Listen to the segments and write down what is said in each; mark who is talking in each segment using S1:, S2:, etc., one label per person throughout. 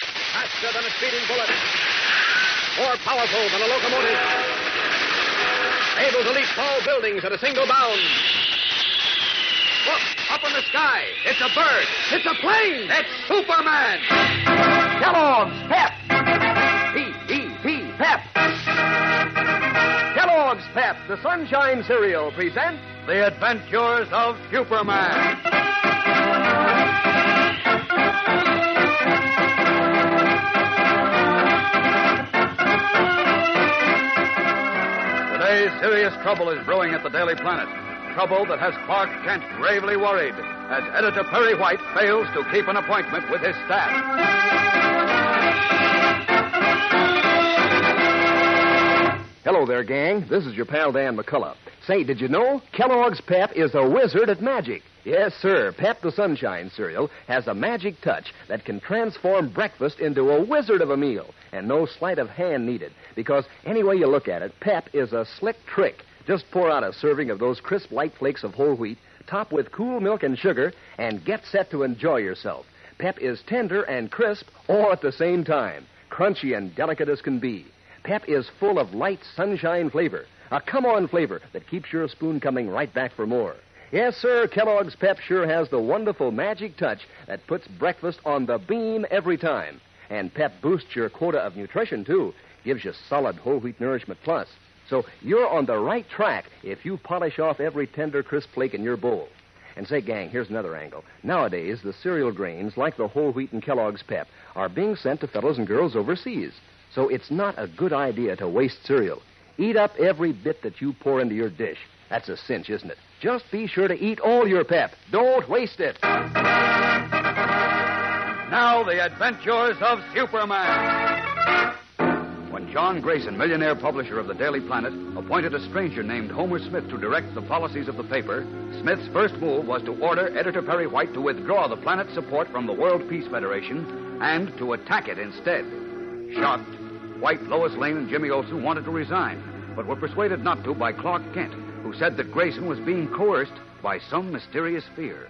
S1: faster than a speeding bullet, more powerful than a locomotive, able to leap tall buildings at a single bound. Look, up in the sky, it's a bird, it's a plane, it's Superman! Kellogg's Pep! P-E-P Pep! Kellogg's Pep, the Sunshine Cereal, presents The Adventures of Superman. Today, serious trouble is brewing at the Daily Planet. Trouble that has Clark Kent gravely worried as editor Perry White fails to keep an appointment with his staff.
S2: Hello there, gang. This is your pal Dan McCullough. Say, did you know Kellogg's Pep is a wizard at magic? Yes, sir. Pep the Sunshine cereal has a magic touch that can transform breakfast into a wizard of a meal, and no sleight of hand needed. Because any way you look at it, Pep is a slick trick. Just pour out a serving of those crisp light flakes of whole wheat, top with cool milk and sugar, and get set to enjoy yourself. Pep is tender and crisp all at the same time, crunchy and delicate as can be. Pep is full of light sunshine flavor, a come on flavor that keeps your spoon coming right back for more. Yes, sir, Kellogg's Pep sure has the wonderful magic touch that puts breakfast on the beam every time. And Pep boosts your quota of nutrition, too, gives you solid whole wheat nourishment plus. So you're on the right track if you polish off every tender, crisp flake in your bowl. And say, gang, here's another angle. Nowadays, the cereal grains, like the whole wheat and Kellogg's Pep, are being sent to fellows and girls overseas. So it's not a good idea to waste cereal. Eat up every bit that you pour into your dish. That's a cinch, isn't it? Just be sure to eat all your Pep. Don't waste it.
S1: Now, the adventures of Superman. When John Grayson, millionaire publisher of the Daily Planet, appointed a stranger named Homer Smith to direct the policies of the paper, Smith's first move was to order editor Perry White to withdraw the planet's support from the World Peace Federation and to attack it instead. Shocked, White, Lois Lane, and Jimmy Olsen wanted to resign, but were persuaded not to by Clark Kent, who said that Grayson was being coerced by some mysterious fear.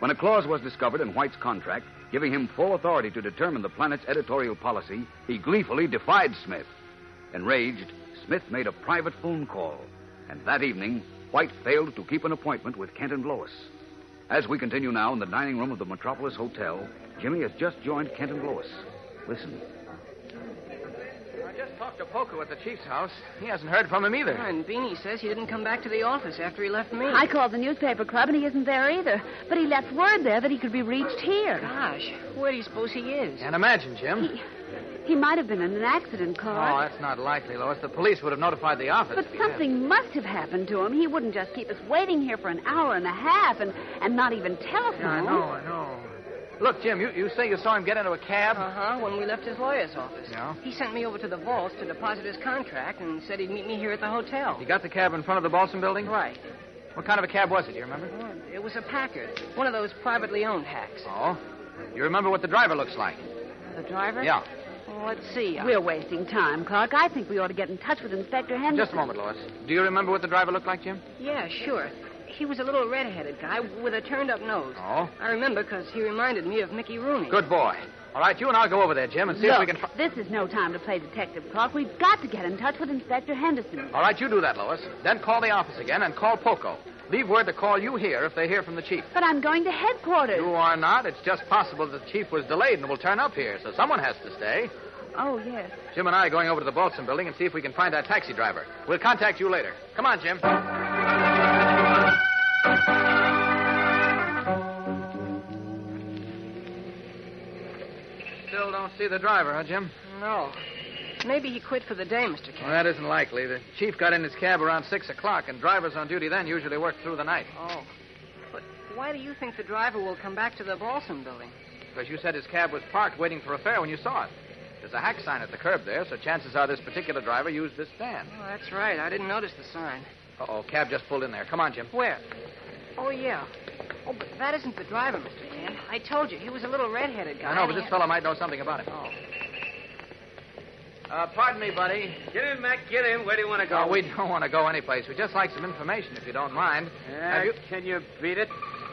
S1: When a clause was discovered in White's contract, giving him full authority to determine the planet's editorial policy, he gleefully defied Smith. Enraged, Smith made a private phone call, and that evening, White failed to keep an appointment with Kent and Lois. As we continue now in the dining room of the Metropolis Hotel, Jimmy has just joined Kent and Lois. Listen.
S3: I just talked to Poco at the chief's house. He hasn't heard from him either.
S4: And Beanie says he didn't come back to the office after he left me.
S5: I called the newspaper club, and he isn't there either. But he left word there that he could be reached here.
S4: Gosh, where do you suppose he is?
S3: Can't imagine, Jim.
S5: He, he might have been in an accident,
S3: Oh,
S5: Carl.
S3: that's not likely, Lois. The police would have notified the office.
S5: but
S3: if he had.
S5: something must have happened to him. He wouldn't just keep us waiting here for an hour and a half and, and not even telephone.
S3: Yeah, I know, I know. Look, Jim, you, you say you saw him get into a cab?
S5: Uh-huh.
S4: Uh huh, when we left his lawyer's office.
S3: Yeah?
S4: He sent me over to the vaults to deposit his contract and said he'd meet me here at the hotel.
S3: You got the cab in front of the Balsam building?
S4: Right.
S3: What kind of a cab was it? Do you remember?
S4: Well, It was a Packard, one of those privately owned hacks.
S3: Oh. You remember what the driver looks like?
S4: The driver?
S3: Yeah.
S4: Well, let's see. I-
S5: We're wasting time, Clark. I think we ought to get in touch with Inspector Henderson.
S3: Just a moment, Lois. Do you remember what the driver looked like, Jim?
S4: Yeah, sure. He was a little red-headed guy with a turned-up nose.
S3: Oh.
S4: I remember because he reminded me of Mickey Rooney.
S3: Good boy. All right, you and I'll go over there, Jim, and see if we
S5: Look,
S3: can. fi-
S5: this is no time to play detective, Clark. We've got to get in touch with Inspector Henderson.
S3: All right, you do that, Lois. Then call the office again and call Poco. Leave word to call you here if they hear from the chief.
S5: But I'm going to headquarters.
S3: You are not. It's just possible that the chief was delayed and will turn up here, so someone has to stay.
S5: Oh, yes.
S3: Jim and I are going over to the Balsam building and see if we can find that taxi driver. We'll contact you later. Come on, Jim. Still don't see the driver, huh, Jim?
S4: No. Maybe he quit for the day, Mr. Kent.
S3: Well, that isn't likely. The chief got in his cab around 6 o'clock, and drivers on duty then usually work through the night.
S4: Oh. But why do you think the driver will come back to the Balsam building?
S3: Because you said his cab was parked waiting for a fare when you saw it. There's a hack sign at the curb there, so chances are this particular driver used this stand.
S6: Oh, that's right. I didn't notice the sign.
S3: Uh-oh, cab just pulled in there. Come on, Jim.
S6: Where? Oh, yeah. Oh, but that isn't the driver, Mr. Tan. I told you, he was a little red-headed guy.
S3: I know, but
S6: and
S3: this fellow might know something about it.
S6: he- Oh.
S3: Uh, pardon me, buddy.
S4: Get in, Mac. Get in. Where do you want to go?
S3: No, we don't want to go anyplace. We just like some information, if you don't mind.
S4: Ah, Can you beat it?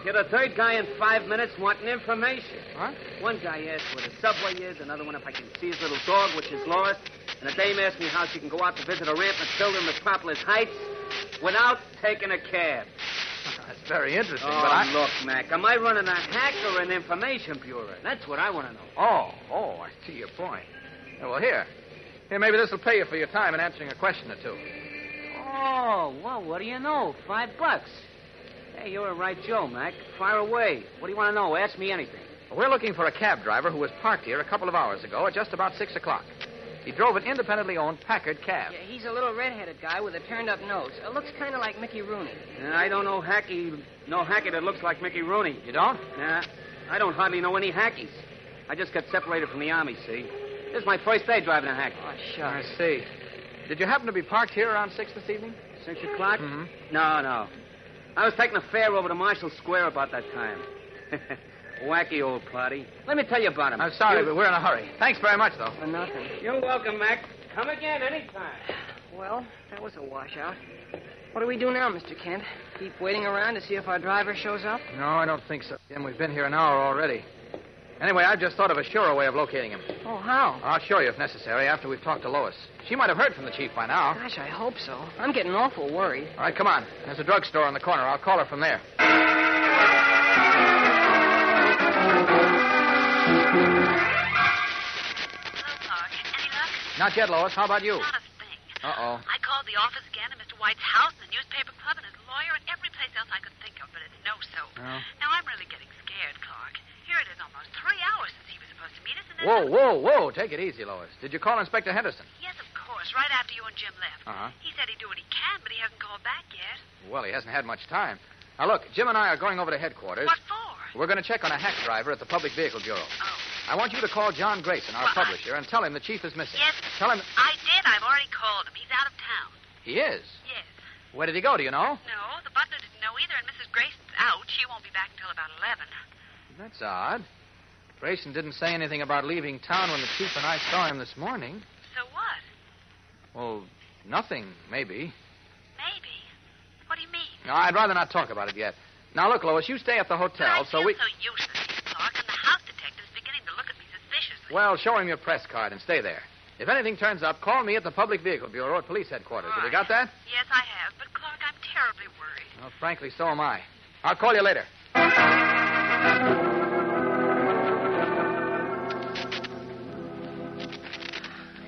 S4: You're the third guy in five minutes wanting information.
S3: What?
S4: One guy asked where the subway is, another one if I can see his little dog, which is lost, and a dame asked me how she can go out to visit a ramp that's built in Metropolis Heights without taking a cab.
S3: That's very interesting,
S4: Oh,
S3: but I...
S4: look, Mac, am I running a hack or an information bureau? That's what I want to know.
S3: Oh, oh, I see your point. Yeah, well, here. Here, maybe this will pay you for your time in answering a question or two.
S4: Oh, well, what do you know? Five bucks. Hey, you're a right Joe, Mac. Fire away. What do you want to know? Ask me anything.
S3: We're looking for a cab driver who was parked here a couple of hours ago at just about 6 o'clock. He drove an independently owned Packard cab.
S6: Yeah, he's a little red-headed guy with a turned-up nose. It looks kind of like Mickey Rooney.
S4: Uh, I don't know hacky, no hacky that looks like Mickey Rooney.
S3: You don't?
S4: Nah, I don't hardly know any hackies. I just got separated from the army, see? This is my first day driving a hacky.
S6: Oh,
S3: I
S6: shucks.
S3: see. Did you happen to be parked here around 6 this evening?
S4: Six o'clock?
S3: Mhm.
S4: No, no. I was taking a fare over to Marshall Square about that time. Wacky old party. Let me tell you about him.
S3: I'm sorry,
S4: You-
S3: but we're in a hurry. Thanks very much, though.
S6: For nothing.
S4: You're welcome, Mac. Come again anytime.
S6: Well, that was a washout. What do we do now, Mr. Kent? Keep waiting around to see if our driver shows up?
S3: No, I don't think so. Jim, we've been here an hour already. Anyway, I've just thought of a surer way of locating him.
S6: Oh, how?
S3: I'll show you if necessary after we've talked to Lois. She might have heard from the chief by now.
S6: Gosh, I hope so. I'm getting awful worried.
S3: All right, come on. There's a drugstore on the corner. I'll call her from there.
S5: Hello, Clark. Any luck?
S3: Not yet, Lois. How about you?
S5: Not a thing.
S3: Uh-oh.
S5: I called the office again and Mr. White's house and the newspaper club and his lawyer and every place else I could think of, but it's no soap.
S3: Oh.
S5: Now, I'm really getting scared, Clark. Here it is almost three hours since he was supposed to meet us, and then...
S3: Whoa, whoa, whoa. Take it easy, Lois. Did you call Inspector Henderson?
S5: Yes, of course, right after you and Jim left.
S3: Uh-huh.
S5: He said he'd do what he can, but he hasn't called back yet.
S3: Well, he hasn't had much time. Now, look, Jim and I are going over to headquarters.
S5: What for?
S3: We're going to check on a hack driver at the Public Vehicle Bureau.
S5: Oh.
S3: I want you to call John Grayson, our
S5: Well, I-
S3: publisher, and tell him the chief is missing.
S5: Yes.
S3: Tell him
S5: I did. I've already called him. He's out of town.
S3: he is.
S5: Yes.
S3: Where did he go, do you know?
S5: No, the butler didn't know either, and Mrs. Grayson's out. She won't be back until about 11.
S3: That's odd. Grayson didn't say anything about leaving town when the chief and I saw him this morning.
S5: So what?
S3: Well, nothing, maybe.
S5: Maybe. What do you mean?
S3: No, I'd rather not talk about it yet. Now, look, Lois, you stay at the
S5: But I
S3: hotel so
S5: feel
S3: we.
S5: so useless, here, Clark, and the house detective's beginning to look at me suspiciously.
S3: Well, show him your press card and stay there. If anything turns up, call me at the Public Vehicle Bureau at police headquarters. Have you got that?
S5: Yes, I have, but Clark, I'm terribly worried.
S3: Well, frankly, so am I. I'll call you later.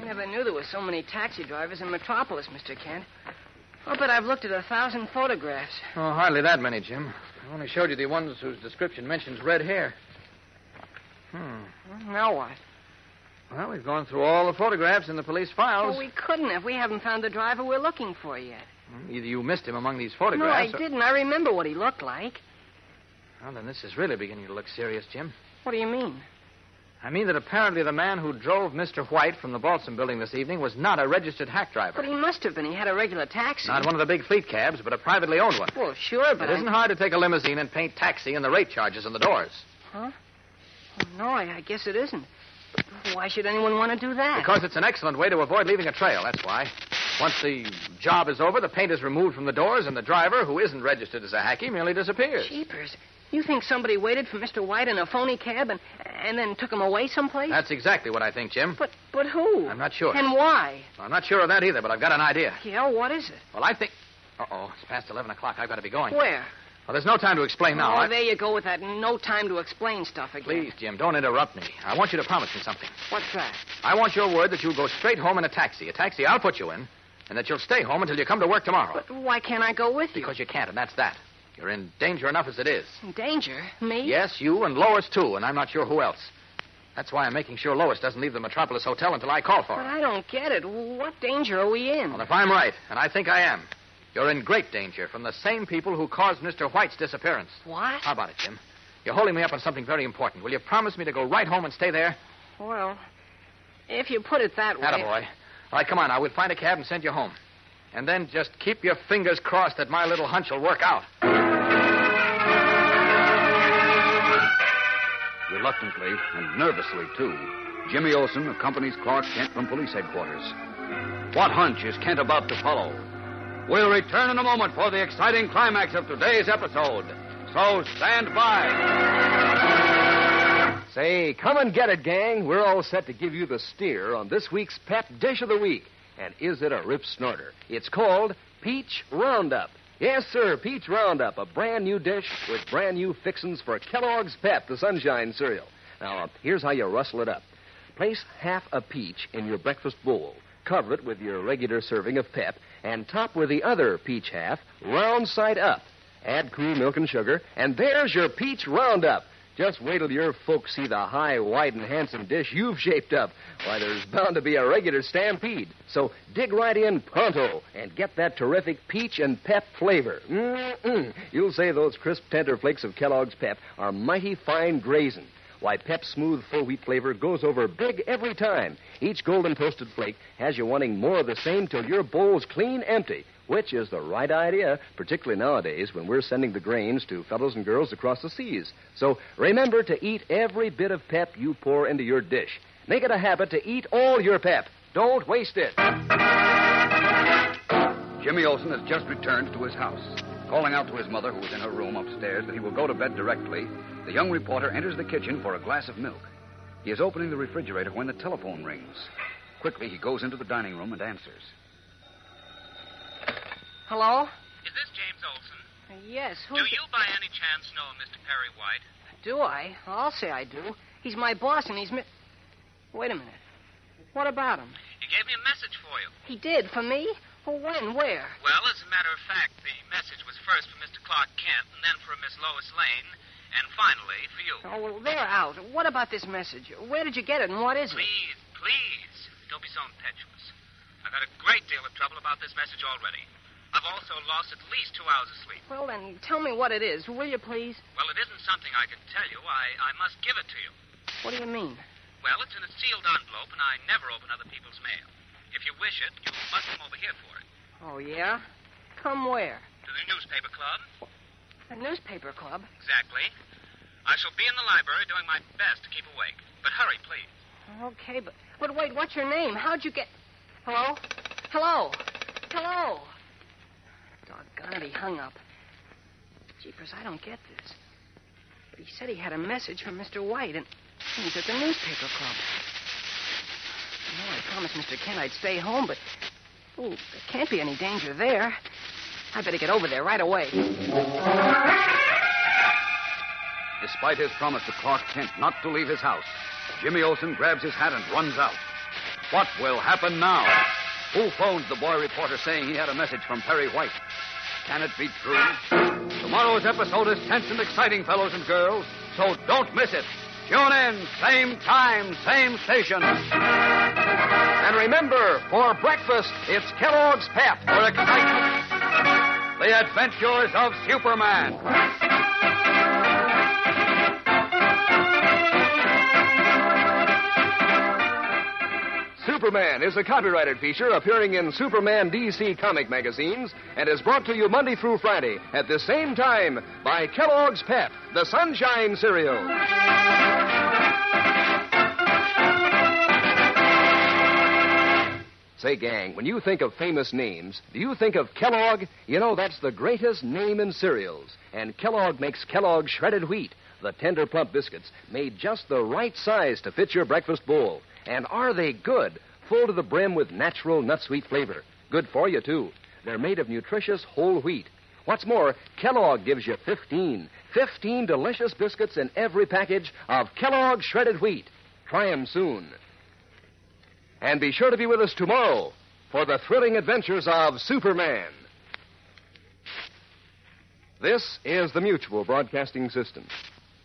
S6: I never knew there were so many taxi drivers in Metropolis, Mr. Kent. I'll bet I've looked at a thousand photographs.
S3: Oh, hardly that many, Jim. I only showed you the ones whose description mentions red hair. Hmm.
S6: Well, Now what?
S3: Well, we've gone through all the photographs in the police files.
S6: Well, Oh, we couldn't if we haven't found the driver we're looking for yet.
S3: Either you missed him among these
S6: No, I
S3: photographs. or-
S6: didn't. I remember what he looked like.
S3: Well, then this is really beginning to look serious, Jim.
S6: What do you mean?
S3: I mean that apparently the man who drove Mr. White from the Balsam building this evening was not a registered hack driver.
S6: But he must have been. He had a regular taxi.
S3: Not one of the big fleet cabs, but a privately owned one.
S6: Well, sure, but
S3: It isn't
S6: I...
S3: hard to take a limousine and paint taxi and the rate charges on the doors.
S6: Huh? Well, no, I, I guess it isn't. Why should anyone want to do that?
S3: Because it's an excellent way to avoid leaving a trail, that's why. Once the job is over, the paint is removed from the doors, and the driver, who isn't registered as a hacky, merely disappears.
S6: Jeepers. You think somebody waited for Mr. White in a phony cab and, and then took him away someplace?
S3: That's exactly what I think, Jim.
S6: But but who?
S3: I'm not sure.
S6: And why?
S3: I'm not sure of that either, but I've got an idea.
S6: Yeah, what is it?
S3: Well, I think. Uh oh, it's past 11 o'clock. I've got to be going.
S6: Where?
S3: Well, there's no time to explain now.
S6: oh,
S3: I-
S6: there you go with that no time to explain stuff again.
S3: Please, Jim, don't interrupt me. I want you to promise me something.
S6: What's that?
S3: I want your word that you'll go straight home in a taxi, a taxi I'll put you in, and that you'll stay home until you come to work tomorrow.
S6: But why can't I go with you?
S3: Because you can't, and that's that. You're in danger enough as it is.
S6: In danger? Me?
S3: Yes, you and Lois, too, and I'm not sure who else. That's why I'm making sure Lois doesn't leave the Metropolis Hotel until I call for
S6: But
S3: her.
S6: I don't get it. What danger are we in?
S3: Well, if I'm right, and I think I am, you're in great danger from the same people who caused Mr. White's disappearance.
S6: What?
S3: How about it, Jim? You're holding me up on something very important. Will you promise me to go right home and stay there?
S6: Well, If you put it that way.
S7: Attaboy. All right, come on now. We'll find a cab and send you home. And then just keep your fingers crossed that my little hunch will work out.
S8: Reluctantly, and nervously, too, Jimmy Olsen accompanies Clark Kent from police headquarters. What hunch is Kent about to follow? We'll return in a moment for the exciting climax of today's episode. So stand by.
S1: Say, come and get it, gang. We're all set to give you the steer on this week's Pep Dish of the Week. And is it a rip snorter? It's called Peach Roundup. Yes, sir, Peach Roundup, a brand new dish with brand new fixings for Kellogg's Pep, the sunshine cereal. Now, here's how you rustle it up. Place half a peach in your breakfast bowl, cover it with your regular serving of pep, and top with the other peach half, round side up. Add cream, milk, and sugar, and there's your peach roundup. Just wait till your folks see the high, wide, and handsome dish you've shaped up. Why, there's bound to be a regular stampede. So dig right in pronto and get that terrific peach and pep flavor. Mm-mm. You'll say those crisp, tender flakes of Kellogg's Pep are mighty fine grazing. Why, Pep's smooth full wheat flavor goes over big every time. Each golden toasted flake has you wanting more of the same till your bowl's clean empty, which is the right idea, particularly nowadays when we're sending the grains to fellows and girls across the seas. So remember to eat every bit of Pep you pour into your dish. Make it a habit to eat all your Pep. Don't waste it.
S8: Jimmy Olsen has just returned to his house. Calling out to his mother, who is in her room upstairs, that he will go to bed directly, the young reporter enters the kitchen for a glass of milk. He is opening the refrigerator when the telephone rings. Quickly, he goes into the dining room and answers.
S6: Hello?
S3: Is this James Olson?
S6: Yes, who's.
S3: Do you by any chance know Mr. Perry White?
S6: Do I? I'll say I do. He's my boss, and he's. Mi- Wait a minute. What about him?
S3: He gave me a message for you.
S6: He did for me. Well, when? Where?
S3: Well, as a matter of fact, the message was first for Mr. Clark Kent, and then for Miss Lois Lane, and finally for you.
S6: Oh, well, they're out. What about this message? Where did you get it, and what is it?
S3: Please, please, don't be so impetuous. I've had a great deal of trouble about this message already. I've also lost at least two hours of sleep.
S6: Well, then, tell me what it is, will you, please?
S3: Well, it isn't something I can tell you. I, I must give it to you.
S6: What do you mean?
S3: Well, it's in a sealed envelope, and I never open other people's mail. If you wish it, you must come over here for it.
S6: Oh, yeah? Come where?
S3: To the newspaper club?
S6: The newspaper club.
S3: Exactly. I shall be in the library doing my best to keep awake. But hurry, please.
S6: Okay, but but wait, what's your name? How'd you get? Hello, hello, hello. Doggone it, he hung up. Jeepers, I don't get this. But he said he had a message from Mr. White, and and he's at the newspaper club. You know, I promised Mr. Kent I'd stay home, but ooh, there can't be any danger there. I better get over there right away.
S8: Despite his promise to Clark Kent not to leave his house, Jimmy Olsen grabs his hat and runs out. What will happen now? Who phoned the boy reporter saying he had a message from Perry White? Can it be true? Tomorrow's episode is tense and exciting, fellows and girls, so don't miss it. Tune in, same time, same station.
S1: And remember, for breakfast, it's Kellogg's Pep.
S8: For excitement, the adventures of Superman.
S1: Superman is a copyrighted feature appearing in Superman DC comic magazines and is brought to you Monday through Friday at the same time by Kellogg's Pep, the Sunshine Cereal. Say, gang, when you think of famous names, do you think of Kellogg? You know, that's the greatest name in cereals. And Kellogg makes Kellogg shredded wheat, the tender plump biscuits, made just the right size to fit your breakfast bowl. And are they good? Full to the brim with natural nut sweet flavor. Good for you, too. They're made of nutritious whole wheat. What's more, Kellogg gives you 15. 15 delicious biscuits in every package of Kellogg shredded wheat. Try 'em soon. And be sure to be with us tomorrow for the thrilling adventures of Superman. This is the Mutual Broadcasting System.